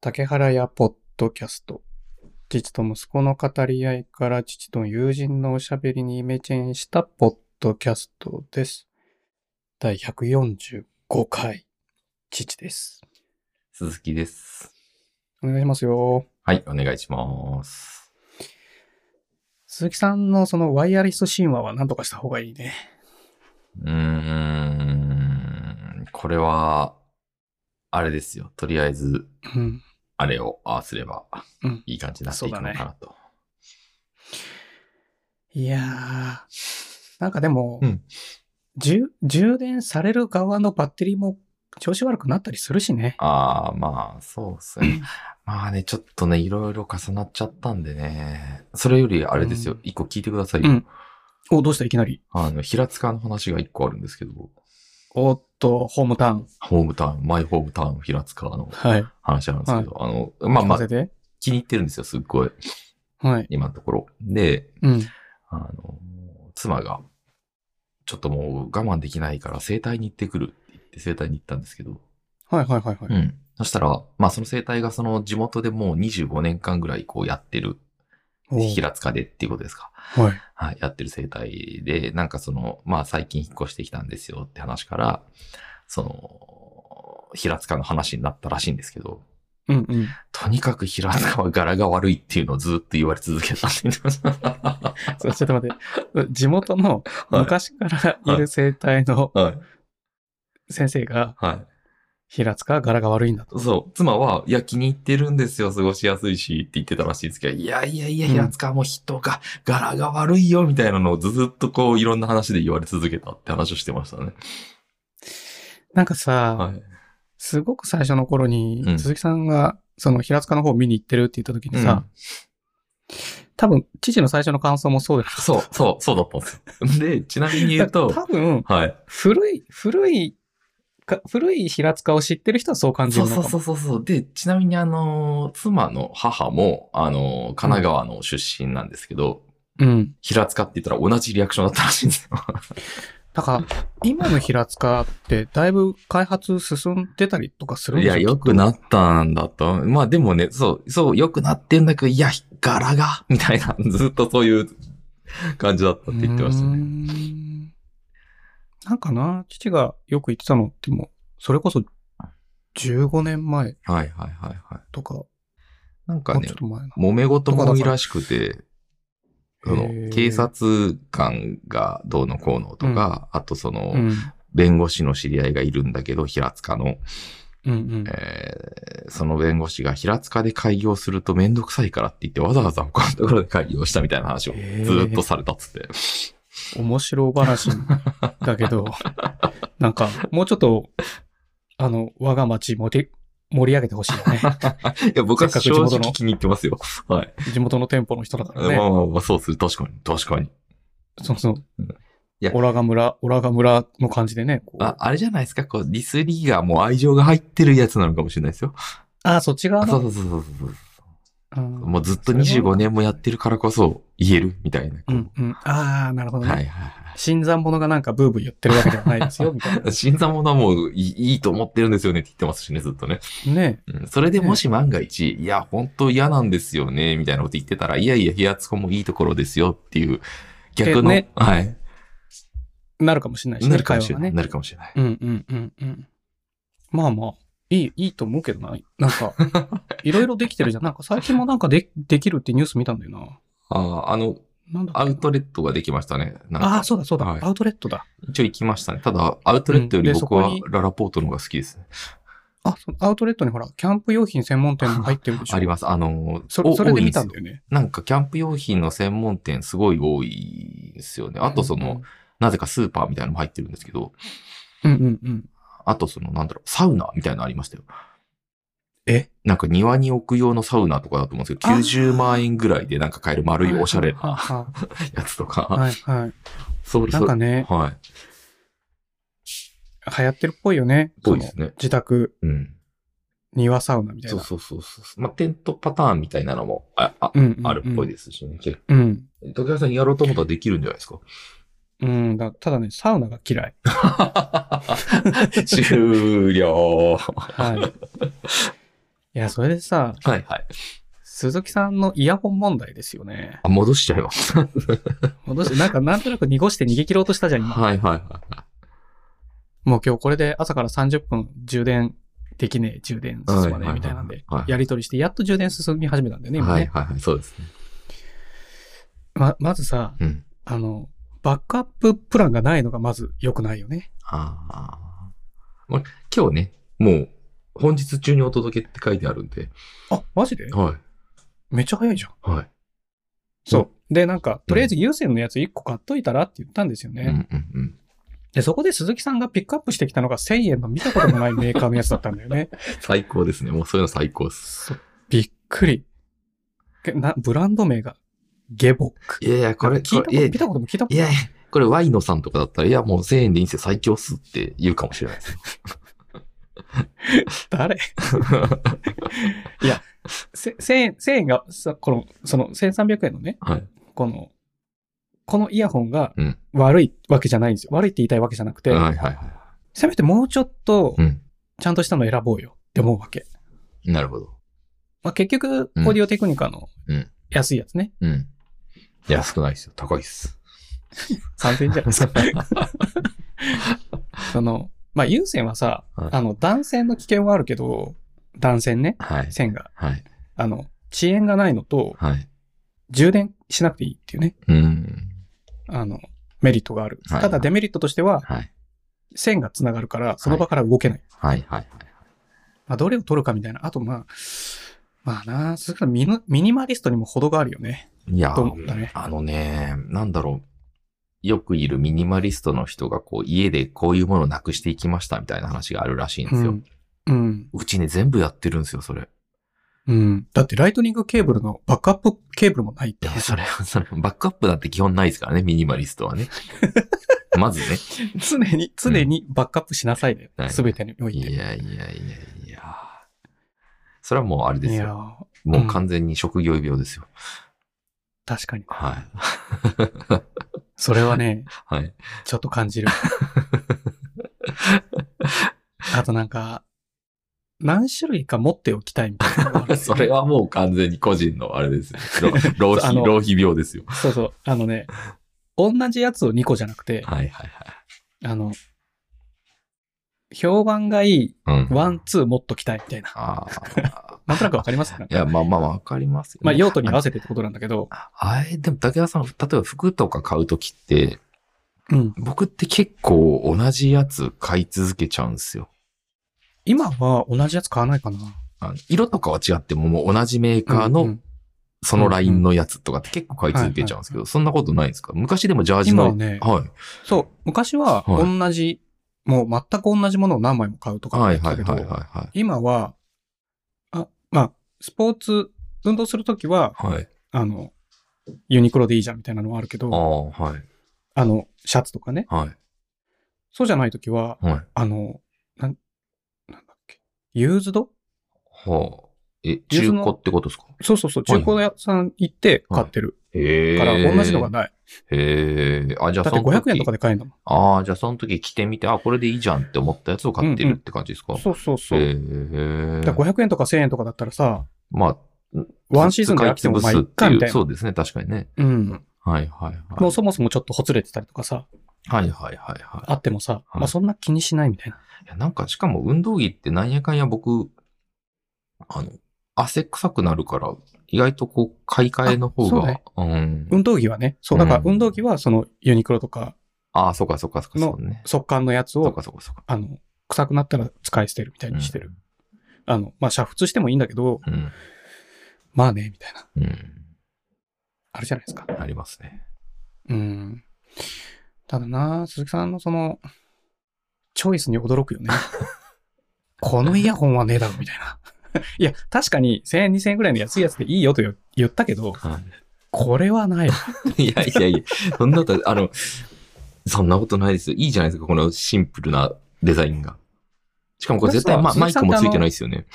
竹原屋ポッドキャスト。父と息子の語り合いから父と友人のおしゃべりにイメチェンしたポッドキャストです。第145回、父です。鈴木です。お願いしますよ。はい、お願いします。鈴木さんのそのワイヤリスト神話は何とかした方がいいね。うーん、これは、あれですよ。とりあえず、うん。あれを合わせればうん、いい感じになっていくのかなと。いやー、なんかでも、うん充充電される側のバッテリーも調子悪くなったりするしね。ああ、まあ、そうっ すね。まあね、ちょっとね、いろいろ重なっちゃったんでね。それより、あれですうよん。一個聞いてくださいうんよ。お、どうしたいきなり。あの、平塚の話が一個あるんですけど、おっと、ホームタウン。ホームタウン、マイホームタウン平塚のはい。話なんですけど、あの、まあま聞かせあ、て気に入ってるんですよ、すっごい。はい。今のところ。で、うん。あの、妻が、ちょっともう我慢できないから整体に行ってくるって言って整体に行ったんですけど、はいはいはいはい。うん。そしたら、まあその整体がその地元でもう25年間ぐらいこうやってる、おう平塚でっていうことですか。はい。はい、やってる整体で、なんかその、まあ最近引っ越してきたんですよって話から、その、平塚の話になったらしいんですけど、うんうん。とにかく平塚は柄が悪いっていうのをずっと言われ続けた って言ってました。そうちょっと待って。地元の昔からいる生態のはい。先生が、はい。平塚は柄が悪いんだと。そう。妻は、いや、気に入ってるんですよ。過ごしやすいし、って言ってたらしいんですけど、いやいやいや、うん平塚はもう人が、柄が悪いよ、みたいなのをずっとこう、いろんな話で言われ続けたって話をしてましたね。なんかさ、はい。すごく最初の頃に、うん鈴木さんが、その平塚の方を見に行ってるって言った時にさ、多分、父の最初の感想もそうだうんそう、そう、そうだったんですよ。 で、ちなみに言うと、多分、はい。古い、古いか、古い平塚を知ってる人はそう感じそるうのかそも。うそうそうそう。で、ちなみにあの、妻の母も、あの、神奈川の出身なんですけど、うん。平塚って言ったら同じリアクションだったらしいんですよ。だから、今の平塚って、だいぶ開発進んでたりとかするんいでしょや、良くなったんだと。まあでもね、そう、そう、良くなってんだけど、いや、柄が、 みたいな、ずっとそういう感じだったって言ってましたうーね。んなんかな、父がよく言ってたのってもう、それこそ15年前はいはいはいはい。とか、なんもかうねちょっ、と前な。揉め事も多いらしくて、そへのー、警察官がどうのこうのとか、あとその、うん。弁護士の知り合いがいるんだけど、平塚の、うんうん。えーその弁護士が平塚で開業するとめんどくさいからって言って、わざわざ他のところで開業したみたいな話をずっとされたっつって。面白話だけ ど、なんか、もうちょっと、あの、我が町盛り、盛り上げてほしいよね。 いや、僕はせっかく正地元の直気に入ってますよ。はい。地元の店舗の人だからまね。あまあまあ、そうする。確かに。確かに。そうそううんい。やオラが村、オラが村の感じでね。こうあ、あれじゃないですか。こう、ディスリーがもう愛情が入ってるやつなのかもしれないですよ。あ、そっち側あそうの。そうそうそうそううんもうずっそとれは25年もやってるからこそ言えるみたいな。こううんうん。ああ、なるほどね。はいはい新参者がなんかブーブー言ってるわけではないです よ、みたいはい。新参者はもういいいいと思ってるんですよねって言ってますしね、ずっとね。な。ねうん、それでもし万が一、いや、本当嫌なんですよね、みたいなこと言ってたら、いやいや、冷やつこもいいところですよっていう、逆の、えねはい。なるかもしれないしね、なるかもしれな会い。話なるかもしれない。がね。うんうんうんうん。まあまあ、いい、いいと思うけどな。なん か、いろいろできてるじゃん。なんか最近もなんかでできるってニュース見たんだよな。ああ、あの、なんだっけアウトレットができましたね。なんあかあ、そうだそうだ、はいアウトレットだ。一応行きましたね。ただ、アウトレットようりんで僕はそこにララポートの方が好きですね。あ、そのアウトレットにほら、キャンプ用品専門店も入ってるでしょ。あります。あのー、そおそれで見たん多だいよね。すよなんかキャンプ用品の専門店すごい多いですよね。あとその、、なぜかスーパーみたいなのも入ってるんですけど、うんうんうん。あとその、なんだろう、サウナみたいなのありましたよ。えなんか庭に置く用のサウナとかだと思うんですけど、あー90万円ぐらいでなんか買える丸いおしゃれはなはやつとか。はは いはい。そうです。なんかね、はい。流行ってるっぽいよね。多いですそのね。自宅、うん。庭サウナみたいそな。うそうそうそう。まあ、テントパターンみたいなのも、あ、あ、うんうんうんあるっぽいですしね。結うん。構竹原さんやろうと思ったらできるんじゃないですか うん、だただね、サウナが嫌い。終了。 はい。いや、それでさ、はいはい。鈴木さんのイヤホン問題ですよね。あ、戻しちゃいます。はい戻して、なんかなんとなく濁して逃げ切ろうとしたじゃん、今。はいはいはもう今日これで朝から30分充電できねえ、充電進まねえみたいなんではいはいはいは、いやりとりして、やっと充電進み始めたんだよい。ね、今はいね。はいはい。そうですね。ま、まずさ、うん。あの、バックアッププランがないのがまず良くないよね。ああ。まあ、今日ね、もう、本日中にお届けって書いてあるんで。あ、マジではめっちゃ早いじゃん。い。はい。そう。で、なんか、とりあえず有線のやつ1個買っといたらって言ったんですようね。んうんうん。で、そこで鈴木さんがピックアップしてきたのが1000円の見たこともないメーカーのやつだったんだよ ね。最高ですね。もうそういうの最高っす。そうびっくり。けな、ブランド名が、ゲボック。いやいや、これ、聞いたこと、これ見たことも聞いたこいともやいや、これワイノさんとかだったら、いや、もう1000円でいいんですよ、最強っすって言うかもしれないです。 誰いや、せ1000円、1000円が、さこの、その1300円のね、はい。この、このイヤホンがうん悪いわけじゃないんですよ。悪いって言いたいわけじゃなくて、はいはいはせめてもうちょっとい。う、ん。ちゃんとしたの選ぼうよって思うわけ。なるほど。まあ、結局、うんオーディオテクニカのうん安いやつね。うん。安くないですよ。高いっす。 3000円じゃないですか。 その、まあ、有線はさ、はいあの、断線の危険はあるけど、断線ね、はい。線が。はい。あの、遅延がないのと、はい。充電しなくていいっていうね、うん。あの、メリットがある。はいただデメリットとしては、はい。線が繋がるから、その場から動けない。はいはいはい。まあ、どれを取るかみたいな。あと、まあ、まあな、それからミノミニマリストにも程があるよね。いやと思ったね、あのね、なんだろう。よくいるミニマリストの人が、こう、家でこういうものをなくしていきましたみたいな話があるらしいんでう。すよ。うんうん。ちね、全部やってるんですよ、そ れ。うん。だって、ライトニングケーブルのバックアップケーブルもないっいてや、。それ、それ、バックアップなんて基本ないですからね、ミニマリストは ね。まずね。常に、常にバックアップしなさいねは。いすべてにおいいて。やいやいやいや。それはもうあれですいやよ。ー、もう完全に職業病ですよ。確かに。はい。それは ね、はい。ちょっと感じる。あとなんか、何種類か持っておきたいみたいなのがある それはもう完全に個人のあれですよ。 浪浪あ費、の浪費病ですよ。そうそう。あのね、同じやつを2個じゃなくて、はいはいあの、評判がいいはい。うん。ワン、ツー持っときたいみたいな。ああ。なんとなくわかりますなんいかや、まあまあわかりますよ、まあ、用途に合わせてってことなんだけど、ああれ、でも竹田さん、例えば服とか買うときって、うん。僕って結構同じやつ買い続けちゃうんですよ。今は同じやつ買わないかな。あの色とかは違っても、もう同じメーカーの、うんそのラインのやつとかって結構買い続けちゃうんですけど、そんなことないんですか昔でもジャージ今はの。ね、はい。そう、昔はは同じ、もう全く同じものを何枚も買うとかはだいっはたいけはいはいど、は。今は、あ、まあ、スポーツ、運動するときはいはい。あの、ユニクロでいいじゃんみたいなのはあるけあど、あ、はい。あの、シャツとかね。はい。そうじゃないときは、はい。あの、なん、なんだっけ、ユーズドはあ。え、ユー中ズの古ってことですかそうそうそう、中古屋さん行って買ってるへえ。から、同じのがない。へえ。あ、じゃあだっそての時。 500円とかで買えるのもん。ああ、じゃあその時着てみて、あ、これでいいじゃんって思ったやつを買ってるって感じですか、そうそうそう。へえ。だから500円とか1000円とかだったらさ、まあ、ワンシーズンで飽きてもまあいっかみたいなそうですね、確かにね。うん。はいはいはい。もうそもそもちょっとほつれてたりとかさ、はいはいはいはい。あってもさ、はいまあそんな気にしないみたいな。いや、なんか、しかも運動着ってなんやかんや僕、あの、汗臭くなるから、意外とこう、買い替えの方あそうがね、うん。運動着はね、そう、だからうん運動着はそのユニクロとか、ああ、そうかそうかそうか、そうね。速乾のやつそうを、かそうかそうか。あの、臭くなったら使い捨てるみたいにしてる。あの、まあ、煮沸してもいいんだけど、うん。まあね、みたいな、うん。あるじゃないですか。ありますね。うん。ただな、鈴木さんのその、チョイスに驚くよね。 このイヤホンはねえだろ、みたいな。 いや、確かに1000円、2000円ぐらいの安いやつでいいよと言言ったけど、はこれはないわ。い。いやいやいや、そんなこと、あの、そんなことないですよ。いいじゃないですか、このシンプルなデザインが。しかもこれ絶対、これさまあ、マイ鈴木さんクってあもつのいてないですよね。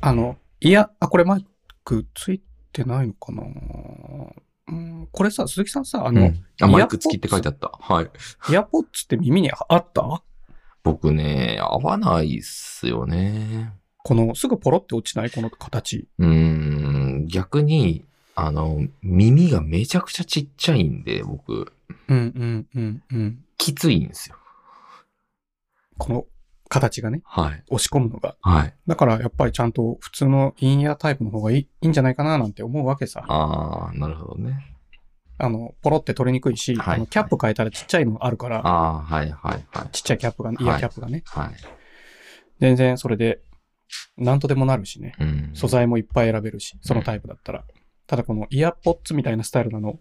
あの、いや、あ、これマイクついてないのかなうん、これさ、鈴木さんさ、あうの、ん。あ、マイク付きって書いてあった。はい。イヤポッツって耳にあった僕ね、合わないっすよね。この、すぐポロって落ちないこの形。うーん、逆に、あの、耳がめちゃくちゃちっちゃいんで、僕、うんうんうんうん。きついんですよ。この形がね、はい。押し込むのが。はい。だからやっぱりちゃんと普通のインイヤータイプの方がいいいいんじゃないかななんて思うわけさ。ああ、なるほどね。あの、ポロって取れにくいし、はいあのキャップ変えたらちっちゃいのあるから、ああ、はいはいはい。ちっちゃいキャップが、イヤーキャップがね、はい。全然それで、なんとでもなるしね。うん。素材もいっぱい選べるし、そのタイプだったら。ただこのイヤーポッツみたいなスタイルなの、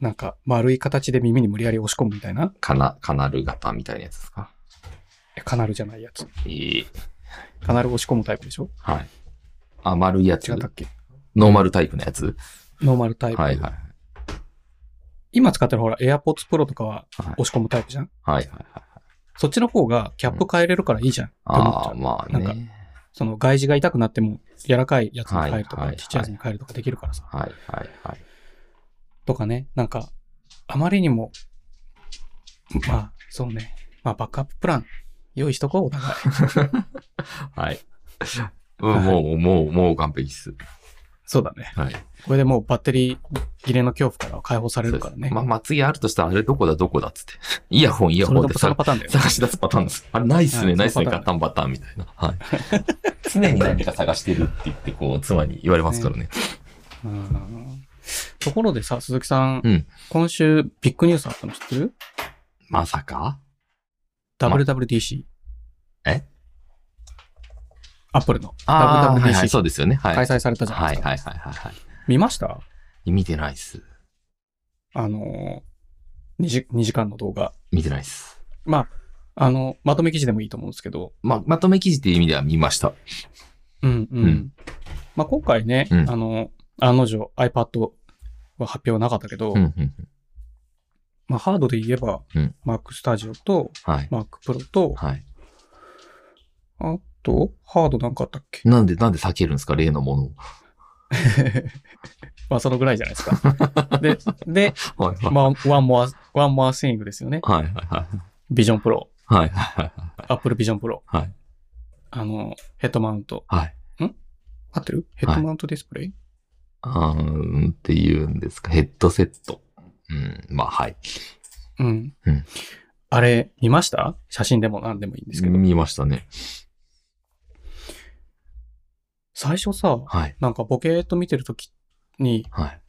なんか丸い形で耳に無理やり押し込むみたいな、かな、カナル型みたいなやつですか。えカナルじゃないやつ。いい。カナル押し込むタイプでしょはい。あ、丸いやつ違。ったっけノーマルタイプのやつ。ノーマルタイプ。はいはい。今使ってるほら、AirPods Pro とかははい押し込むタイプじゃんはいはいはい。そっちの方がキャップ変えれるからいいじゃん。って思っちあゃあ、うまあなね。その外耳が痛くなっても柔らかいやつに変えるとはいはか、いちっちゃいやつに変えるとかできるからさ。はいはいはい。とかね、なんか、あまりにも、まあ、そうね。まあ、バックアッププラン、用意しとこう、お 互い。はい。 うんもう、もう、もう完璧っす。そうだね。はい。これでもうバッテリー切れの恐怖からは解放されるからそうでね。すまあ、まあ、次あるとしたら、あれどこだどこだっつって。イヤホン、イヤそホれンとでもその探パターンだよね。探し出すパターンです。あれ、ないっすね、うんないっすね、そのガパタタンバタンみたいな。はい。常に何か探してるって言って、こう、妻に言われますからね。うんところでさ、鈴木さん、うん今週ビッグニュースあったの知ってるまさか ?WWDC。えアップルのああ、はいはい、 WWDC そうですよね。はい。開催されたじゃなはいいですか。はいはいはいは見ましたい。見てないっす。あのー、2時 ,2 時間の動画。見てないっす。まあ、あの、まとめ記事でもいいと思うんですけど、ま、まとめ記事っていう意味では見ました。うんうん。うんまあ、今回ね、うんあの、案の定 iPad は発表なかったけど、うん、うん、うん。まあ、ハードで言えば、うん Mac Studio とはい。 Mac Pro と、はい。あと、ハードなんかあったっけ なんで、なんで避けるんですか例のものを。まあ、そのぐらいじゃないです か。で、で、はいはい。まあ、One More, One More Thing ですよね。はいはいはい。 Vision Pro、はいはいはい。 Apple Vision Pro、はい。あの、ヘッドマウント。はい。合ってるヘッドマウントディスプレイ、あーうんって言うんですか。ヘッドセット。うん。まあ、はい。うん。うんあれ、見ました写真でも何でもいいんですけど。見ましたね。最初さ、はい。なんかボケーっと見てるときに、はい。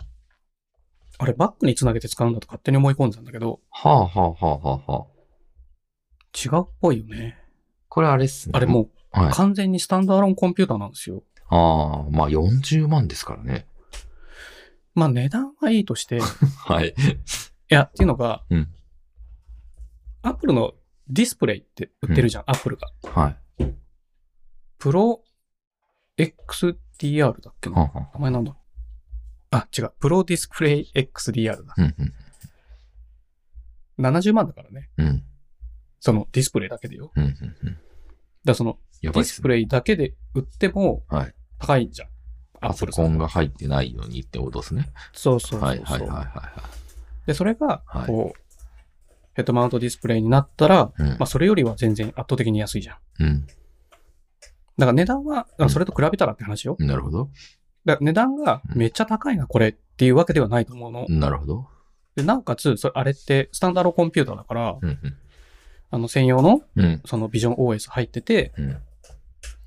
あれバックにつなげて使うんだと勝手に思い込んでたんだけど、はあはあはあはあはあ。違うっぽいよね。これあれっすね。あれもうう。はい。あ完全にスタンドアローンコンピューターなんですよ。あー、まあ40万ですからね。まあ値段はいいと して、いはい。や、っていうのが、うんアップルのディスプレイって売ってるじゃん、アップルが。はい。プロ XDR だっけはあなはあ名前なんだあ、違う。プロディスプレイ XDR だ。うんうん。 70万だからね。うん。そのディスプレイだけでよ。うんうんうん。だからそのやデばいィっスすプね。レイだけで売ってもはい。高いんじゃん。パソコンが入ってないようにってことですね。そうそうそうそう。はいはいはいはで、それがは、いこう、ヘッドマウントディスプレイになったら、い。うんまあ、それよりは全然圧倒的に安いじゃん。うん。だから値段は、うんそれと比べたらって話よ。なるほど。だから値段がうんめっちゃ高いな、これっていうわけではないと思うの。なるほど。でなおかつ、それあれってスタンダードコンピューターだから、うんあの、専用の、うん。うんそのビジョン OS 入ってて、うん。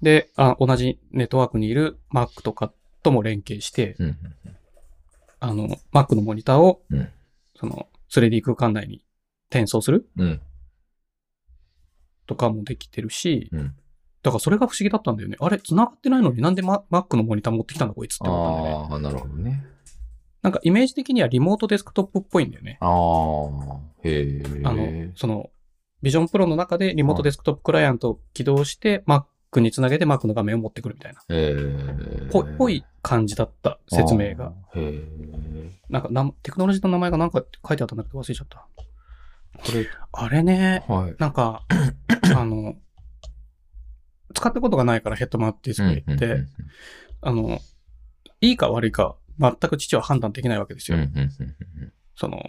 で、あ同じネットワークにいる Mac とかとも連携して、うんあの、Mac のモニターを、うんその 3D 空間内に転送するうん。とかもできてるし、うん。だからそれが不思議だったんだよね。あれ、繋がってないのになんでマ Mac のモニター持ってきたんだこいつって思ったんだよね。ああ、なるほどね。なんかイメージ的にはリモートデスクトップっぽいんだよね。ああ、へえ。あの、その、ビジョンプロの中でリモートデスクトップクライアントを起動して、Mac につなげて Mac の画面を持ってくるみたいな、えぽい、ぽい感じだった説明が。。へえ。なんかな、テクノロジーの名前がなんか書いてあったんだけど忘れちゃった。これ、あれね、はい。なん か、あの、使ったことがないからヘッドマウントディスプレイって、うんあの、いいか悪いか全く父は判断できないわけですうんよ。うんうんその、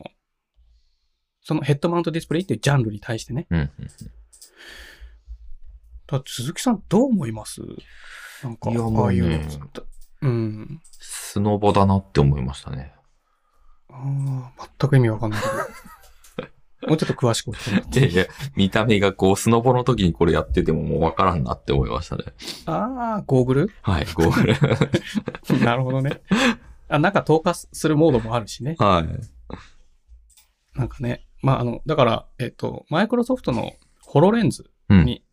そのヘッドマウントディスプレイっていうジャンルに対してね。うんうんうんうんだから鈴木さんどう思いますなんか、いやああいうものうね。うん。スノボだなって思いましたね。ああ、全く意味わかんないけ ど。もうちょっと詳しく教えてもらっていやいや、見た目がこう、スノボの時にこれやっててももうわからんなって思いましたね。ああ、ゴーグル はい、ゴーグル。なるほどね。あ、なんか透過するモードもあるしね。はい。なんかね。まあ、あの、だから、えっ、と、マイクロソフトのホロレンズうん。に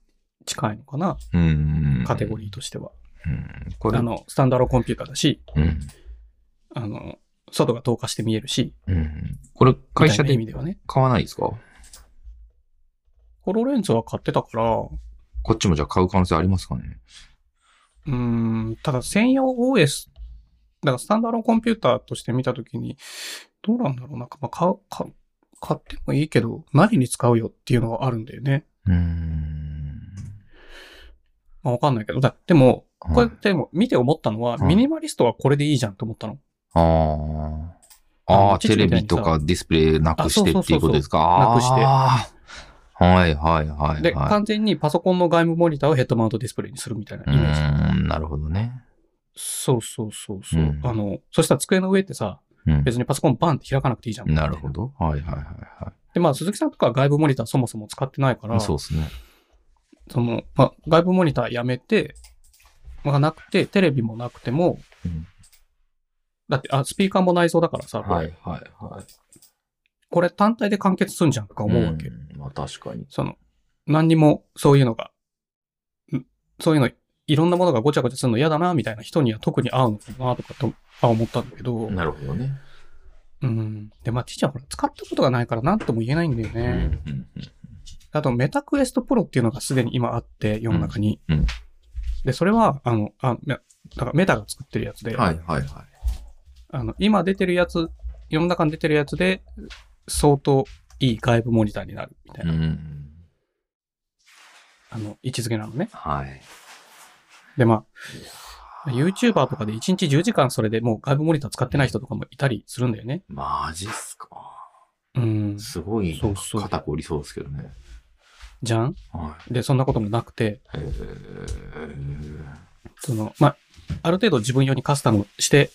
近いのかな、うん。カテゴリー。ーとしては。うん。これ、あの、スタンダードコンピューターだし、うん。あの、外が透過して見えるし、うん。これ、会社みたいな意味でではね。買わないですかホロレンズは買ってたから、うこっちもじゃあ買う可能性ありますかねーん、ただ専用 OS、だからスタンダードコンピューターとして見たときに、どうなんだろうな、まあ、買う、買う買ってもいいけど、何に使うよっていうのはあるんだよね。うん。まあ、わかんないけど。だでも、はいこれでも見て思ったのは、はいミニマリストはこれでいいじゃんと思ったの。ああ。ああのあ、テレビとかディスプレイなくしてっていうことですかあそうそうそうそうあーはいはいはい、で、はい。完全にパソコンの外部モニターをヘッドマウントディスプレイにするみたいなうイメージ。ーん、なるほどね。そうそうそうそう、うんあの、そしたら机の上ってさ、うん。別にパソコンバンって開かなくていいじゃん。なるほ。ど。はいはいはで、まあ、鈴木さんとかは外部モニターそもそも使ってないかいら、はい。そうですね。その、まあ、外部モニターやめて、まあ、なくて、テレビもなくても、うんだって、あ、スピーカーも内蔵だからさ、これ,、はいはいはい。これ単体で完結すんじゃんとか思うわけ。うんまあ確かに。その、何にもそういうのが、んそういうの、いろんなものがごちゃごちゃするの嫌だな、みたいな人には特に合うのかな、とかと、あ、思ったんだけど。なるほどね。うん。で、まあ、ティーチャーほら、使ったことがないから何とも言えないんだようんね。あと、メタクエストプロっていうのがすでに今あって、世の中に。うんうんで、それは、あの、あ、めだからメタが作ってるやつうで、んはいはいはい。あの、今出てるやつ、世の中に出てるやつで、相当いい外部モニターになる、みたいな、うん。あの、位置づけなのね。はい。で、まあ、YouTuber とかで1日10時間それでもう外部モニター使ってない人とかもいたりするんだよね。マジっすか。うん。すごいそうそう肩こりそうですけどね。じゃんはで、そんなこともなくて、い。へーその、まあ、ある程度自分用にカスタムして、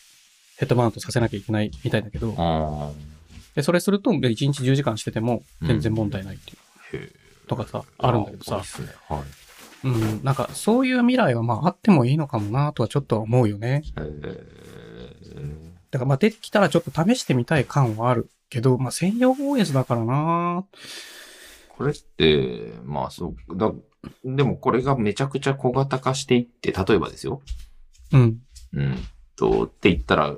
ヘッドマウントさせなきゃいけないみたいだけど、あで、それすると、で1日10時間してても、全然問題ないっていう、ーへーとかさ、あるんだけどあ多さいっ、すねはい。うん、なんか、そういう未来はまあ、あってもいいのかもなとはちょっとは思うよね。えーだからまあ、できたらちょっと試してみたい感はあるけど、まあ、専用 OS だからなこれって、まあそう、だでもこれがめちゃくちゃ小型化していって、例えばですよ。うん。うん。と、って言ったら、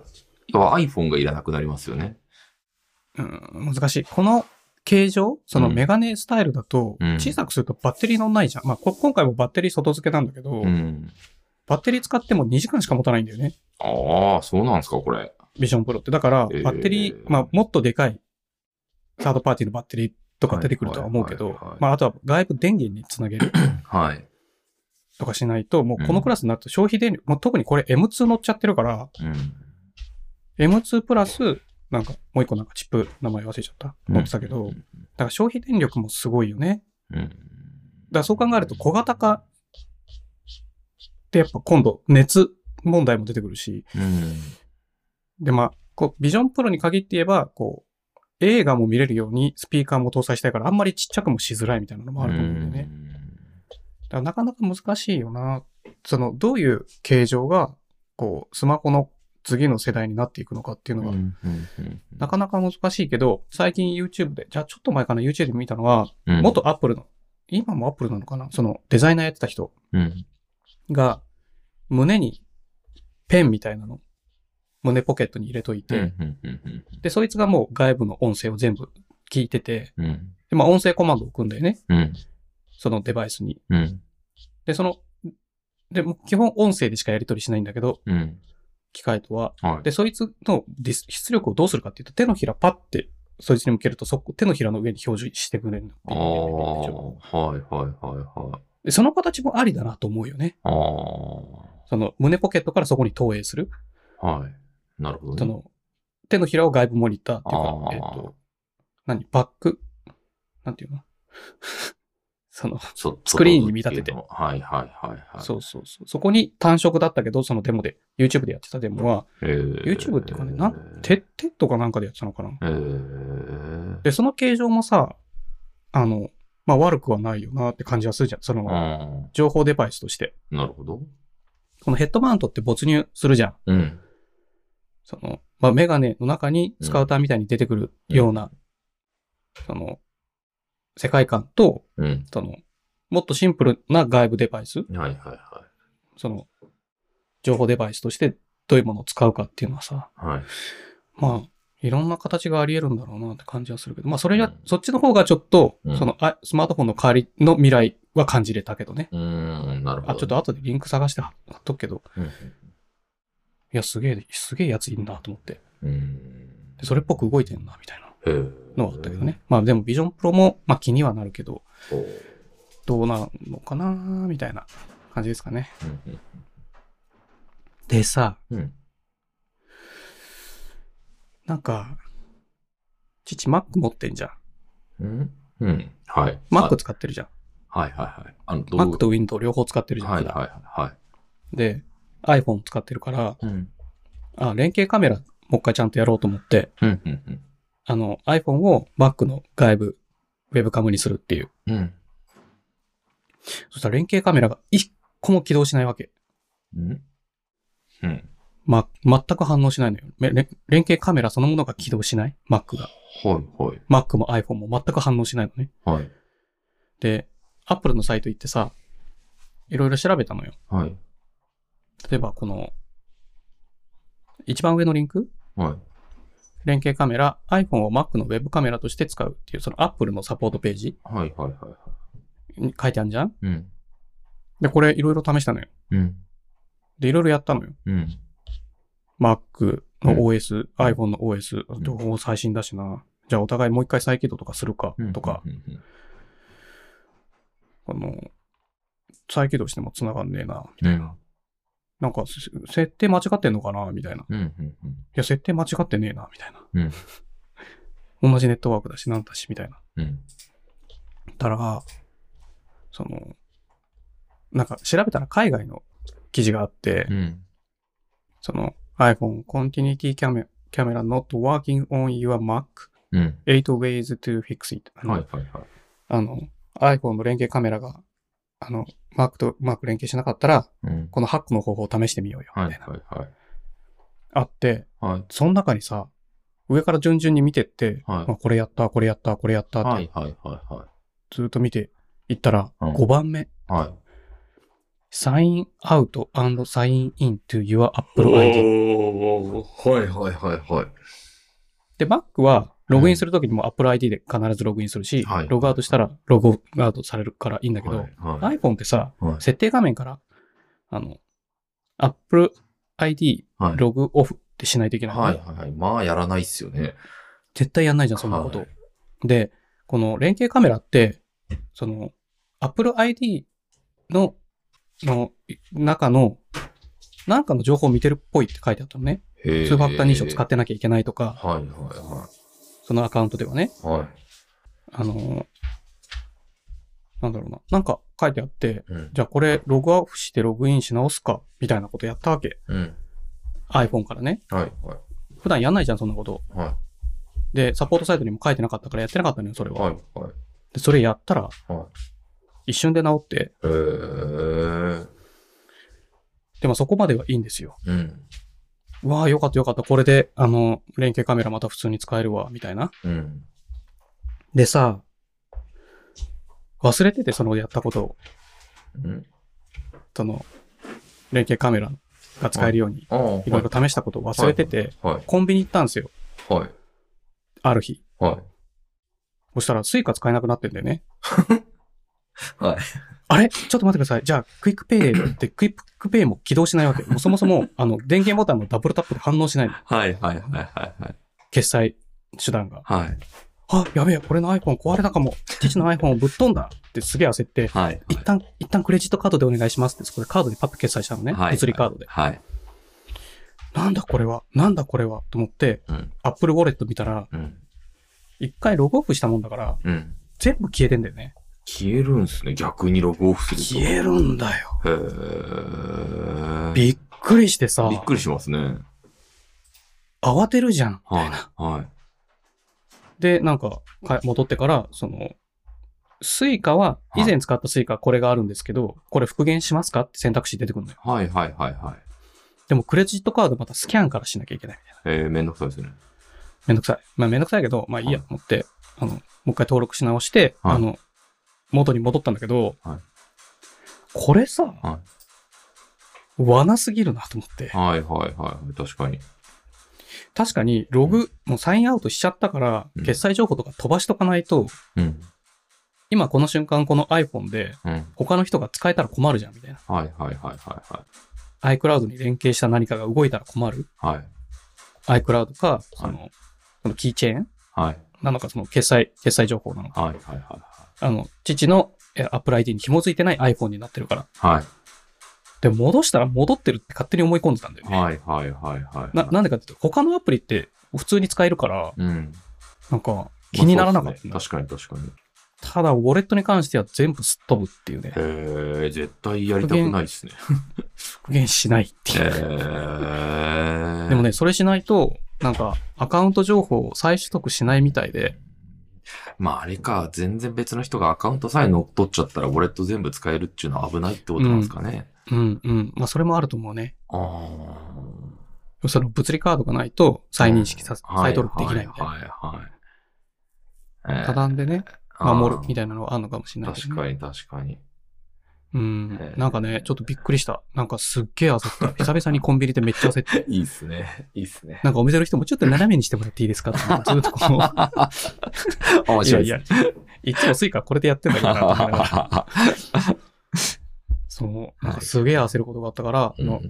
要は iPhone がいらなくなりますよね。うん、難しい。この形状そのうんメガネスタイルだとうん、小さくするとバッテリーのんないじゃん。まあ、こ今回もバッテリー外付けなんだけど、うん。バッテリー使っても2時間しか持たないんだよね。ああ、そうなんですか、これ。ビジョンプロって。だから、バえーッテリー、まあ、もっとでかい、サードパーティーのバッテリーとか出てくるとは思うけはいどはいはいはい、まあ、あとは外部電源につなげる はい。とかしないと、もうこのクラスになると消費電力、もう特にこれ M2 乗っちゃってるから、うん。 M2 プラス、なんか、もう一個なんかチップ、名前忘れちゃった。乗ってたけど、うだんから消費電力もすごいよね。うん。だからそう考えると小型化ってやっぱ今度熱問題も出てくるし、うん。でまあ、こうビジョンプロに限って言えば、こう、映画も見れるようにスピーカーも搭載したいからあんまりちっちゃくもしづらいみたいなのもあると思うんだよね。だからなかなか難しいよな。その、どういう形状が、こう、スマホの次の世代になっていくのかっていううん。のうが、ん。うんなかなか難しいけど、最近 YouTube で、じゃあちょっと前かな YouTube で見たのは、うん。元 Apple の、今も Apple なのかなそのデザイナーやってた人うん。が、胸にペンみたいなの、胸ポケットに入れといて、うん。うん。で、そいつがもう外部の音声を全部聞いてて、うん。で、まあ音声コマンドを置くんだよね。うん。そのデバイスに。うん。で、その、で、もう基本音声でしかやり取りしないんだけど、うん。機械とは。はい。で、そいつのディス出力をどうするかっていうと、手のひらパッて、そいつに向けると、そこ、手のひらの上に表示してくれるのってあいうあ、ねはいはいはいはい。でその形もありだなと思うよね。あその、胸ポケットからそこに投影する。あ、はい。なるほど、ね。その、手のひらを外部モニターっていうあか、ーえっと、何バックなんていうの その、そスクリーンに見立てて外っていうのもはいはいはいはい。そうそうそう。そこに単色だったけど、そのデモで、YouTube でやってたデモは、えー YouTube っていうかねな、テッテッドかなんかでやってたのかな。えーで、その形状もさ、あの、まあ悪くはないよなって感じはするじゃん。その、うん情報デバイスとして。なるほど。このヘッドマウントって没入するじゃん。うん。その、まあ、メガネの中にスカウターみたいに出てくるような、その、世界観と、うん。その、もっとシンプルな外部デバイス、はいはいはその、情報デバイスとしてどういうものを使うかっていうのはさ、い。はい。まあ、いろんな形があり得るんだろうなって感じはするけど、まあ、それや、うんそっちの方がちょっと、うんその、あスマートフォンの代わりの未来は感じれたけどね。うーん、なるほど。あ、ちょっと後でリンク探して貼っとくけど、うん。いや、すげえ、すげえやついんなと思って、うんで。それっぽく動いてんな、みたいな。へーのはあったけど。ね。まあでもビジョンプロも、まあ気にはなるけど、ほうどうなるのかなーみたいな感じですかね。うんでさ、うんうん。なんか、父 Mac 持ってんじゃん。うんうん。はい。 Mac 使ってるじゃん。あはいはいはい。あの、道具 Mac と Windows 両方使ってるじゃん。はい普はい段はいはで、iPhone 使ってるから、い。うん。あ、連携カメラもう一回ちゃんとやろうと思って、うんうんあの iPhone を Mac の外部、ウェブカムにするっていう。うん。うんそしたら連携カメラが一個も起動しないわけ。うん。うん。ま、全く反応しないのよ。め連連携カメラそのものが起動しない ?Mac が。はいはい。 Mac も iPhone も全く反応しないのね。はい。で、Apple のサイト行ってさ、いろいろ調べたのよ。はい。例えばこの、一番上のリンクはい。連携カメラ、iPhone を Mac のウェブカメラとして使うっていう、その Apple のサポートページはいはいはいはい。に書いてあるじゃんうん。で、これいろいろ試したのよ。うん。で、いろいろやったのよ。うん。 Mac のうん OS、iPhone の OS、ん両方最新だしな。じゃあお互いもう一回再起動とかするかうん。とか、うん。うんあの、再起動しても繋がんねえな。うん。なんか、せ設定間違ってんのかなみたいな。うん。うん。うんいや、設定間違ってねえな、みたいな。うん 同じネットワークだし、なんだし、みたいな。うん。たら、その、なんか調べたら海外の記事があって、うん。その iPhone Continuity Camera Camera Not Working on Your Mac うん。 8 Ways to Fix It あの、はいはいはい。あの、iPhone の連携カメラが、あの、Mac と Mac 連携しなかったら、うん。このハックの方法を試してみようよ、みはいたいな。はいはい。あって、はい。その中にさ、上から順々に見てって、はいまあこれやった、これやった、これやったっはていはいはいはずっと見ていったら、うん5番目、い。はい。 sign out and sign in to your お Apple ID。ーはいはいはいはい。で、Mac は、ログインするときにも Apple ID で必ずログインするし、はいログアウトしたらログアウトされるからいいんだけど、はい iPhone ってさ、はい設定画面から、あの、Apple ID はい。ログオフってしないといけないのね、はいはいはい。まあ、やらないっすよね。絶対やんないじゃん、そんなこと。はいで、この連携カメラって、その、Apple ID の、の中の、なんかの情報を見てるっぽいって書いてあったのね。ツツーファクター認証使ってなきゃいけないとか、はいはいはそのアカウントではね。い。はい。あのーなんだろうな。なんか書いてあって、うん。じゃあこれログアウトしてログインし直すか、みたいなことやったわけ。うん。 iPhone からね。はいはい。普段やんないじゃん、そんなこと。はで、サポートサイトにも書いてなかったからやってなかったのよ、それい。は。はいはい。で、それやったらは、一瞬で治って、えー。でもそこまではいいんですよ。うん。うわあ、よかったよかった。これで、あの、連携カメラまた普通に使えるわ、みたいな。うん。でさ、忘れてて、そのやったことを、うん。その、連携カメラが使えるように、ああ、はいろいろ試したことを忘れてて、はい。コンビニ行ったんですよ。はい。ある日。はい。そしたら、スイカ使えなくなってんだよね。 はい。あれちょっと待ってください。じゃあ、クイックペイって、クイックペイも起動しないわけ。もうそもそも、あの、電源ボタンのダブルタップで反応しないの。はいはいはいはい。決済手段が。はい。あ、やべえ、これの iPhone 壊れたかも。父の iPhone をぶっ飛んだってすげえ焦って、はい。一旦、一旦クレジットカードでお願いしますって、そこでカードでパッと決済したのね。はい物理カードで。はい。なんだこれはなんだこれはと思って、うん。 Apple ウォレット見たら、うん。一回ログオフしたもんだから、うん。全部消えてんだよね。消えるんすね。逆にログオフする消えるんだよ。と。へーびっくりしてさび、っくりしますね。慌てるじゃん。はい。はい。で、なんか、か戻ってから、その、スイカは、はい以前使ったスイカこれがあるんですけど、これ復元しますかって選択肢出てくるのよ。はいはいはいはい。でもクレジットカードまたスキャンからしなきゃいけないみたいな。えー、めんどくさいですね。めんどくさい。まあめんどくさいけど、まあいいやはと思って、あの、もう一回登録し直して、はいあの、元に戻ったんだけど、はいこれさ、は罠すぎるなと思って。はいはいはい。確かに。確かに、ログ、もうサインアウトしちゃったからう、ん決済情報とか飛ばしとかないと、うん。今この瞬間この iPhone で、うん。他の人が使えたら困るじゃん、みたいな。はいはいはいはいは iCloud に連携した何かが動いたら困る。い。はい。 iCloud か、その、そのキーチェーンはい。なのか、その決済、決済情報なのか。はいはいはあの、父のえ Apple ID に紐づいてない iPhone になってるから。い。はい。で、戻したら戻ってるって勝手に思い込んでたんだよね。はいはいはいはい。な、なんでかっていうと、他のアプリって普通に使えるから、うん。なんか気にならなかったんだまあ。そうですね確かに確かに。ただ、ウォレットに関しては全部すっ飛ぶっていうね、えー、絶対やりたくないですね。復元しないってえいう。ー。でもね、それしないと、なんか、アカウント情報を再取得しないみたいで、まああれか、全然別の人がアカウントさえ乗っ取っちゃったら、ウォレット全部使えるっていうのは危ないってことなんですかね。うんうん。まあ、それもあると思うね。ああ。その物理カードがないと再認識さ、は再登録できないみたいはいはいはい。な。多段でね、あー守るみたいなのはあるのかもしれないけどね、確かに確かに。うんえ。ーなんかね、ちょっとびっくりした。なんかすっげえ焦った。久々にコンビニでめっちゃ焦って。いいっすね。いいっすね。なんかお店の人もちょっと斜めにしてもらっていい ですかってずっとこう。面いや白いいですやね。、いつもスイカこれでやってんだけど なと思いなが ら。そう。なんかすげえ焦ることがあったから、あの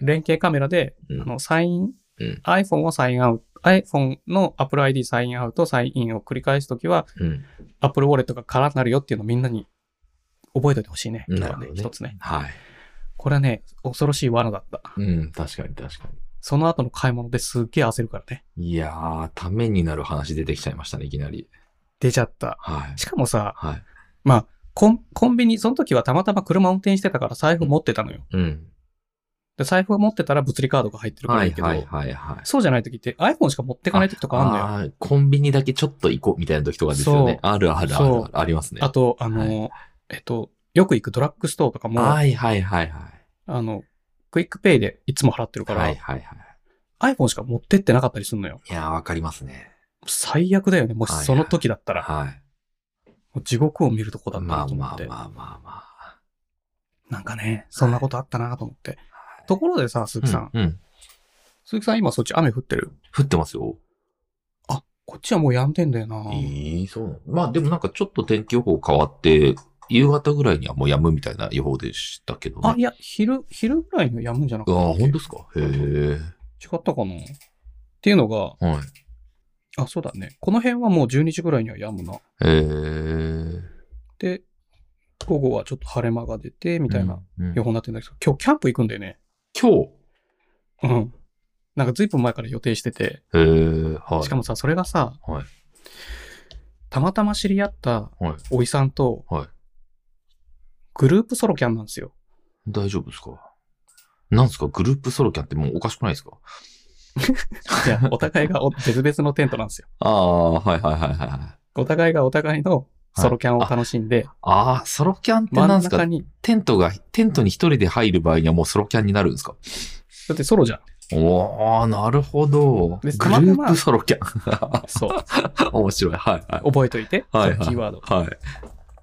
連携カメラで、うんあの、サイン、うん iPhone をサインアウト、iPhone の Apple ID サインアウト、サインインを繰り返すときは、うん。 Apple Wallet が空になるよっていうのをみんなに覚えておいてほしいね。なるほどねこれは一つね。はい。これはね、恐ろしい罠だった。うん、確かに確かその後の買い物ですっげえ焦るからね。に。いやー、ためになる話出てきちゃいましたね、いきなり。出ちゃった。はい。しかもさ、はい。まあ、コンコンビニ、その時はたまたま車運転してたから財布持ってたのよ。うん。で、財布を持ってたら物理カードが入ってるからはいいいけど、はいはいはい。そうじゃない時って iPhone しか持ってかない時とかあんのよ。ああーコンビニだけちょっと行こうみたいな時とかですよね。あるあるあるそうありますね。と、あの、えっと、よく行くドラッグストアとかも、はいはいはいはあの、クイックペイでいつも払ってるい。から、はいはいはい。 iPhone しか持ってってなかったりするのよ。いやー、わかりますね。最悪だよね。もしはいはいその時だったら、はい。もう地獄を見るとこだったまなあと思まっあて、まあまあまあ。なんかね、そんなことあったなと思って。いところでさ、鈴木さん。うんうん。鈴木さん、今そっち雨降ってる降ってますよ。あ、こっちはもう止んでんだよな。ええ、そうなのまあでもなんかちょっと天気予報変わって、夕方ぐらいにはもう止むみたいな予報でしたけどね。あ、いや、昼、昼ぐらいには止むんじゃなあかったっ本け当ですかへえ。違ったかなっていうのが、はい。あ、そうだね。この辺はもう12時ぐらいには止むな。えー。で、午後はちょっと晴れ間が出て、みたいなうん。うん予報になってるんだけど、今日キャンプ行くんだよね。今日うん。なんかずいぶん前から予定してて、えー、はい。しかもさ、それがさ、はいたまたま知り合ったはい。おいさんと、はいグループソロキャンなんですよ。大丈夫ですかなんですかグループソロキャンってもうおかしくないですかい や、お互いがお別々のテントなんですよ。ああ、はいはいはいはい。お互いがお互いのソロキャンを楽しんで、ああ、ソロキャンってな真んんですか中に、テントが、テントに一人で入る場合にはもうソロキャンになるんですかだってソロじゃん。おー、なるほど。グルでたまたまープソロキャそう。ン。 面白い。はいはい。覚えといて、 はいはいそのキーワード。はい。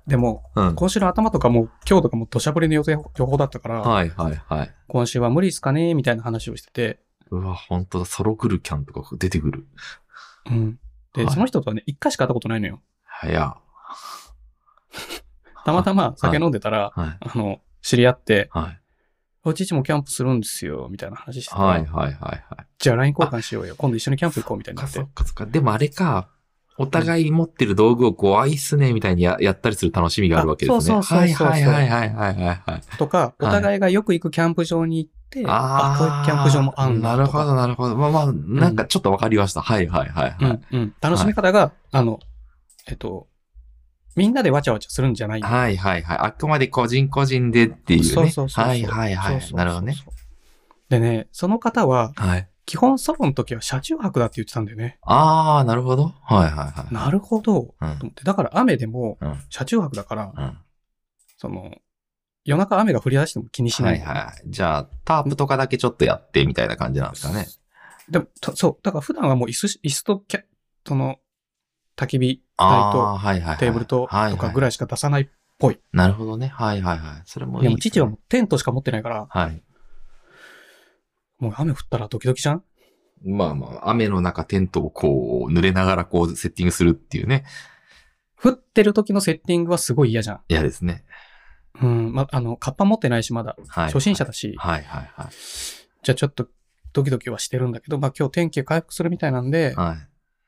でも、うん。今週の頭とかも、今日とかも土砂降りの予定予報だったから、はいはいはい。今週は無理っすかねみたいな話をしてて、うわ、本当だ。ソログルキャンとか出てくる。うん。で、はいその人とはね、一回しか会ったことないのよ。はや。たまたま酒飲んでたら、はい。あの、知り合って、はい。おちいちもキャンプするんですよ、みたいな話してて、はいはいはいはい。じゃあ LINE 交換しようよ。今度一緒にキャンプ行こうみたいにそなっかってそ。っかそっか。でもあれか。お互い持ってる道具をこう、アイスねみたいにややったりする楽しみがあるわけですね。あそうそうそうそうはいはいはいはいはいはい。とか、おはい互いがよく行くキャンプ場に行って、あこういうキャンプ場もあんだなるとかほど、なるほど。まあまあ、なんかちょっとわかりました。はいはいはいはうい。んうん。楽しみ方が、あの、えっと、みんなでわちゃわちゃするんじゃないはいはいはい。あくまで個人個人でっていうね。そうそうそうそうはいはいはそういそうそう。そうなるほどね。でね、その方は、はい。基本ソロの時は車中泊だって言ってたんだよね。ああ、なるほど。はいはいなるほど。はい。と思って。だから雨でも、うん。うん。車中泊だから、うん。その、夜中雨が降り出しても気にしな。はいいはい。じゃあ、タープとかだけちょっとやってみたいな感じなんですかね。でも、とそう。だから普段はもう椅子し、椅子とキャ、その、焚き火台あとあ、はいはいはい。テーブルと、はいとかはいぐらいしか出さない。なるほどね。はいはいはい。それもいでいですね、も父はもうテントしか持ってないから、はい。もう雨降ったらドキドキじゃんまあまあ、雨の中テントをこう、濡れながらこう、セッティングするっていうね。降ってる時のセッティングはすごい嫌じゃん。嫌ですね。うん。ま、あの、カッパ持ってないし、まだ。はい。初心者だし、はいはいはじゃあちょっとドキドキはしてるんだけど、まあ今日天気回復するみたいなんでい。、は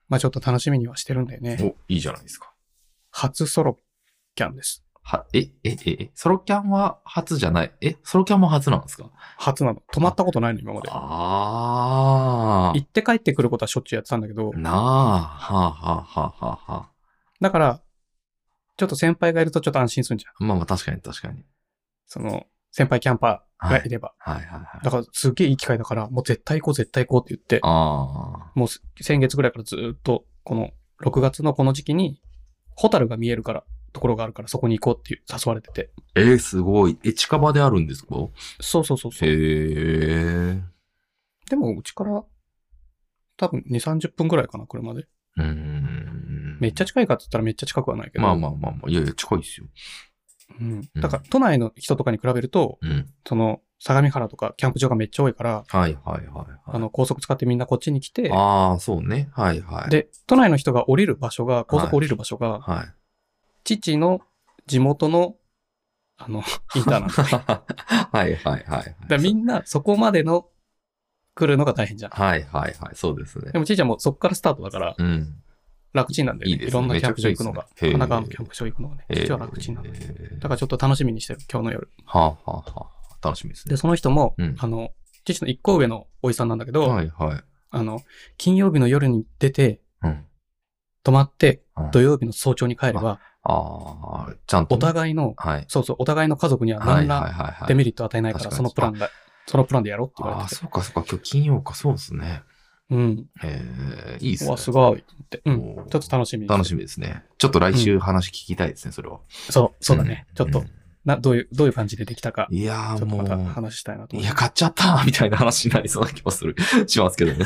まあちょっと楽しみにはしてるんだよね。い。お、いいじゃないですか。初ソロキャンです。は、え、え、え、えソロキャンは初じゃない。え、ソロキャンも初なんですか初なの。泊まったことないの、今まで。ああ行。って帰ってくることはしょっちゅうやってたんだけど、なあ、はあはあはあはあはだから、ちょっと先輩がいるとちょっと安心するんじゃん。あ。まあまあ確かに確かに。その、先輩キャンパーがいれば。はいはいはい。だからすっげえいい機会だから、もう絶対行こう絶対行こうって言って、あもうす先月ぐらいからずーっと、この6月のこの時期に、ホタルが見えるから、ところがあるからそこに行こうっていう誘われてて。あ。えーすごい。え、近場であるんですかそうそうそうそう。へえ。でもうちから、多分2、30分ぐらいかな、車で。うーん。めっちゃ近いかって言ったらめっちゃ近くはないけど。まあまあまあまあ。いやいや、近いですよ。うん。だから都内の人とかに比べると、うん。その、相模原とかキャンプ場がめっちゃ多いから、はいはいはい、はい。あの、高速使ってみんなこっちに来て、ああ、そうね。はいはい。、で、都内の人が降りる場所が、高速降りる場所が、はい。 父の地元の、あ の、インターなんだ。だかはいはいはい。らみんなそこまでの来るのが大変じゃん。はいはいはい。そうですねで。もちいちゃんもそこからスタートだからうん。楽ちんなんだよね。いいいですねろんなキャンプ場行くのが。めちゃくちゃいいですねへ神ー奈川のキャンプ場行くのがね。父は楽ちんなんだよ。えーだからちょっと楽しみにしてる、今日の夜。はあ、はあはあ、楽しみですねで、。その人も、うんあの、父の一個上のおじさんなんだけど、はいはい。あの、金曜日の夜に出て、うん。泊まって、うん土曜日の早朝に帰れば、ああ、ちゃんと。お互いの、はい。そうそう、お互いの家族にはは何いはいらはい。デメリリットを与えないから、確かそにのプランだ、そのプランでやろうって言わあれあ、てて。そうかそうか。今日金曜か。そうですね。うん。ええ、いいですうねわ、。すごいと思って。うん。おーちょっと楽しみに楽しみですね。ちょっと来週話聞きたいですね、それは。そう、そうだね。んちょっと、。な、どういう、どういう感じでできたかう、んいやちょっとーもまたう。話したいなとい思いや、ます。買っちゃったみたいな話になりそうな気もする、 しますけどね。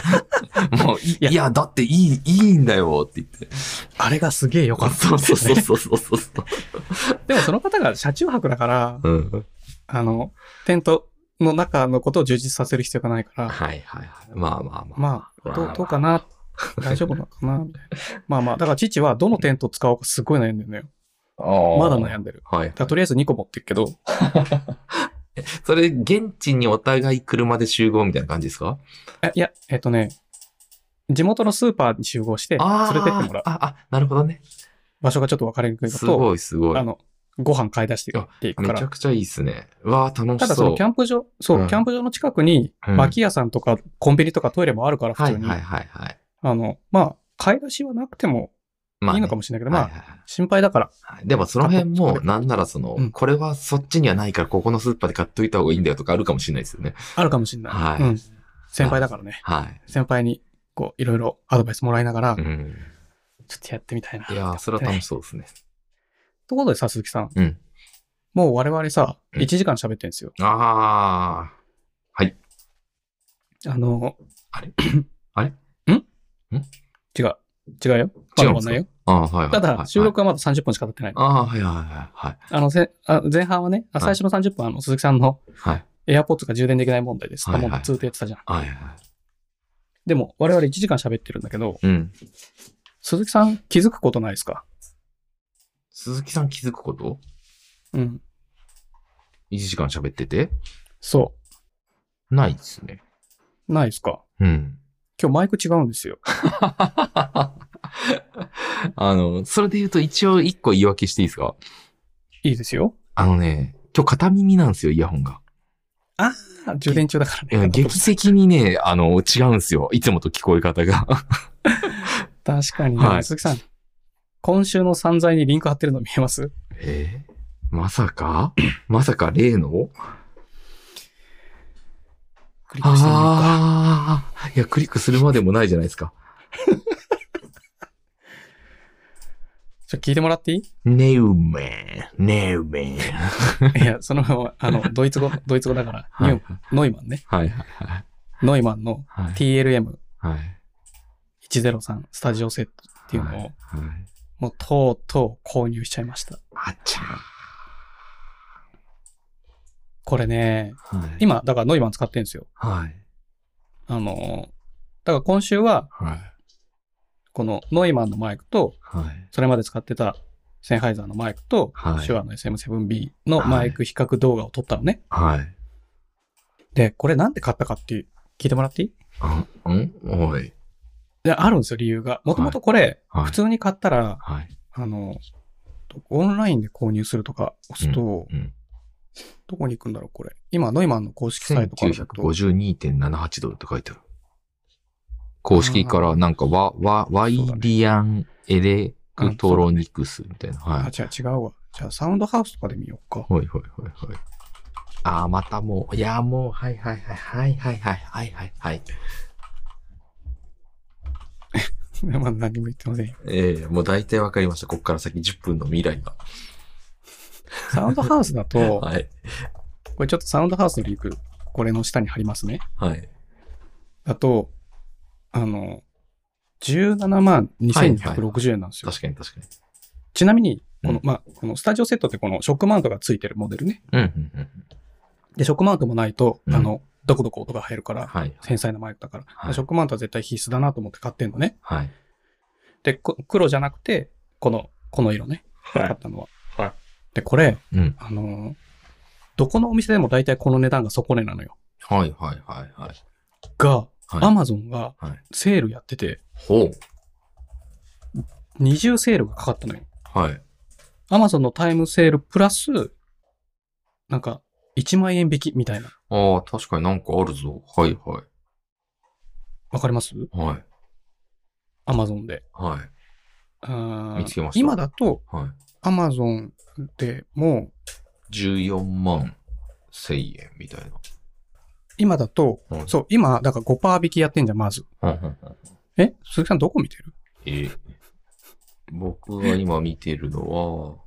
もう、いいやいや、だっていい、いいんだよって言って。あれがすげえ良かった。そうそうそうそうそうそう。でもその方が車中泊だから、 うん。あの、テントの中のことを充実させる必要がないから、はいはいはい。まあまあまあ。まあ、どまう、どうかな、大丈夫なのかな、みたいな。まあまあ、だから父はどのテントを使おうかすごい悩んでるのよ。ままだ悩んでる。はいだか。らとりあえず2個持ってるけど、それ、現地にお互い車で集合みたいな感じですかえいや、えっ、とね、地元のスーパーに集合して、連ああ。れてってもらう。あ、あ、なるほどね。場所がちょっと分かれにくいのすと、ごいすごあい。の、ご飯買い出して行っていくかめちゃら。くちゃいいっすね。うわあ、楽たしだそそのう。キャンプ場、そう、うんキャンプ場の近くに、うん薪屋さんとかコンビニとかトイレもあるから、普は通いに。はいはいはい。あの、まあ、買い出しはなくてもまあねいいのかもしれないけど、はまあ、いはいはい心配だから。はいでもその辺買っも、とくなんならその、うんこれはそっちにはないから、ここのスーパーで買っといた方がいいんだよとかあるかもしれないですよね。あるかもしれない。はいうん。先輩だからね。はい。先輩に、こう、いろいろアドバイスもらいながら、うん。ちょっとやってみたいな。いやーそれは楽しそうで すね。ということでさ、鈴木さん。うんもう我々さ、うん1時間喋ってんですよ。ああ。あの、あれあれんんん違う。違うよ。違まだ終うんでわんすかないよ。ああ、はいはい。たはだ、い収。録はまだ30分しか経ってない。ああ、はいはいはいあの、せあ前半はね、あはい最初の30分は、あの、鈴木さんのはい。はい。 AirPods が充電できない問題です。はいはいもうずっとやってたじゃん。はいはい。でも、我々1時間喋ってるんだけど、うん。鈴木さん気づくことないですか鈴木さん気づくことうん。 ?1 時間喋っててそないですね。う。ないですかうん。今日マイク違うんですよ。あの、それで言うと一応一個言い訳していいですかいいですよ。あのね、今日片耳なんですよ、イヤホンが。あ充電中だかいらやね。劇的にね、あの、違うんですよ。いつもと聞こえ方が。確かに、ねはい鈴木さん、今週の散財にリンク貼ってるの見えますえーまさかまさか例のクリックしてみようか。ああ、いや、クリックするまでもないじゃないですか。ちょ、聞いてもらっていいネウメン、ネウメン。いや、そのまま、あの、ドイツ 語、ドイツ語だから、はいニューノイマンね。はいはいはい。ノイマンのはい TLM103 はい。スタジオセットっていうのを、はいはいもうとうとう購入しちゃいました。あっちゃこれね、ー。はい。今、だからノイマン使ってるんですよ。はい。あの、だから今週は、はい。このノイマンのマイクと、はい。それまで使ってたセンハイザーのマイクと、はい手話の SM7B のマイク比較動画を撮ったのね。はい。で、これなんで買ったかっていう、聞いてもらっていいあんおい。であるんですよ、理由が。もともとこれ、はい普通に買ったら、はい。あの、オンラインで購入するとか押すと、うん。どこに行くんだろう、これ。今、ノイマンの公式サイトからだと、 1952.78ドルって書いてある。公式からなんかワ、ワ、ワイディアンエレクトロニクスみたいな。はいあ、。違う、違うわ。じゃあ、サウンドハウスとかで見ようか。 はいはいはいはい。ああ、またもう、いやーもう、はいはいはいはいはいはいはいはいはい。まだ何も言ってませんよ。ええもう大体わかりました。こっから先10分の未来が。サウンドハウスだと、はい。これちょっとサウンドハウスのリンク、これの下に貼りますね。はい。だと、あの、17万2260円なんですよ。確かに確かに。ちなみに、この、うまあ、このスタジオセットってこのショックマウントがついてるモデルね。うんうんうん。で、ショックマウントもないと、うんあの、どこどこ音が入るから、はい。繊細なマイクだから、はいショックマウントは絶対必須だなと思って買ってんのね。はい。で、こ黒じゃなくて、この、この色ね。買ったのは。はいで、これ、うん。あのーどこのお店でも大体この値段が底値なのよ。はいはいはいはい。が、はいアマゾンがはいセールやってて、ほう。二重セールがかかったのよ。はい。アマゾンのタイムセールプラス、なんか、1万円引きみたいな。ああ、確かになんかあるぞ。はいはわかりますい。はい。アマゾンで。はい。あー見つけました今だと、はアマゾンでも、い。14万1000円みたい今だと、な。はい。そう、今、だから5%引きやってんじゃん、まず。うんうんうんえ鈴木さんどこ見てるえー僕が今見てるのは、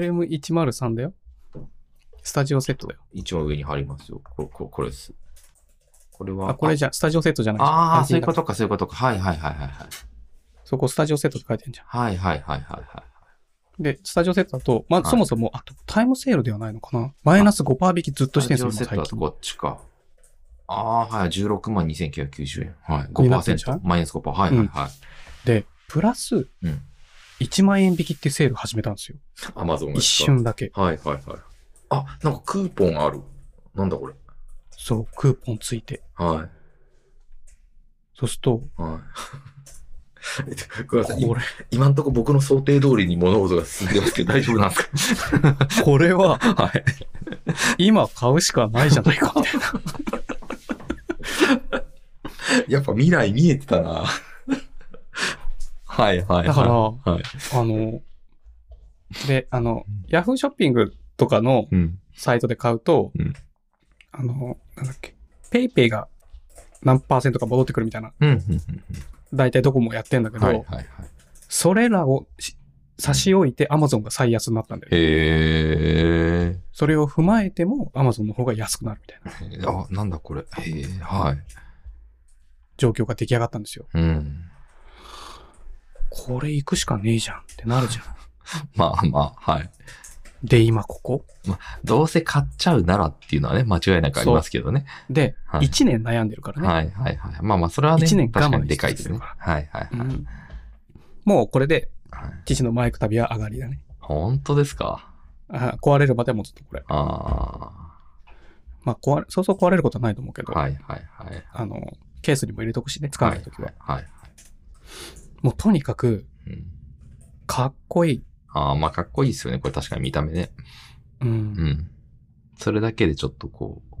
?TLM103 だよ。スタジオセットだよ。一番上に貼りますよ。こここれです。これは。あ、これじゃ、スタジオセットじゃないああー、そういうこ単品だとか、そういうことか。はいはいはいはいはい。そこ、スタジオセットって書いてんじゃはいはいはいはいはん。い。で、スタジオセットだと、まはあ、いそもそも、あと、タイムセールではないのかなマイナス5%引きずっとしてんすよ、スタジオセット今最近。だとこっちか。ああー、はい。16万2990円。はい。になってんじゃ5%ん。マイナス5%。はいはいはい。で、プラス、うん。 1万円引きってセール始めたんですよ。アマゾンが。一。瞬だけ。はいはいはい。あ、なんかクーポンある。なんだこれ。そう、クーポンついて。 はそうすると、い。はい。これこれ、今んとこ僕の想定通りに物事が進んでま すけど大丈夫なんですこれは、かはい。今買うしかないじゃないか、みたいな。やっぱ未来見えてた な。はいはいはい。だから、はい。あの、で、あの、ヤフーショッピングとかのうん。サイトで買うと、うんあの、なんだっけ、ペイペイが何パーセントか戻ってくるみたいな、うん。大体どこもやってんだけど、はいはいはい。それらをし差し置いて Amazon が最安になったんだよね。へそれを踏まえても Amazon の方が安くなるみたいなえ。あ、なんだこれ。へえ、はい。状況が出来上がったんですよ。うん。これ行くしかねえじゃんってなるじゃん。まあまあ、はい。で、今ここどうせ買っちゃうならっていうのはね、間違いなくありますけどね。で、はい1年悩んでるからね。はいはいはい。まあまあ、それはね、一年我慢確かにでかいですね。し続はいはいうはい。んもうこれではい、父のマイク旅は上がりだね。本当ですか。あ壊れるまでもずっとこれ。あまあ壊れ、そうそう壊れることはないと思うけあ。ど、はいはいはい。あの、ケースにも入れとくしね、使わないときは。はいはい。もうとにかく、うんかっこいい。ああ、まあかっこいいですよね。これ確かに見た目ね。うん。うん。それだけでちょっとこう、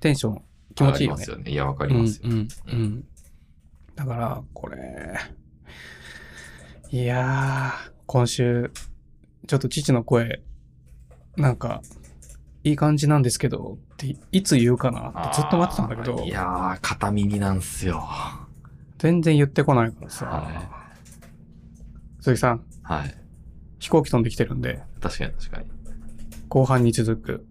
テンション気持ちいいよね上。がりますよね。いや、わかりますよ。うん、うん、うん。だから、これ、いやー、今週、ちょっと父の声、なんか、いい感じなんですけど、って、いつ言うかなってずっと待ってたんだけあどーい、やー、片耳なんすよ。全然言ってこないからさ、は鈴木さん、い。はい。飛行機飛んできてるんで、確かに確かに。後半に続く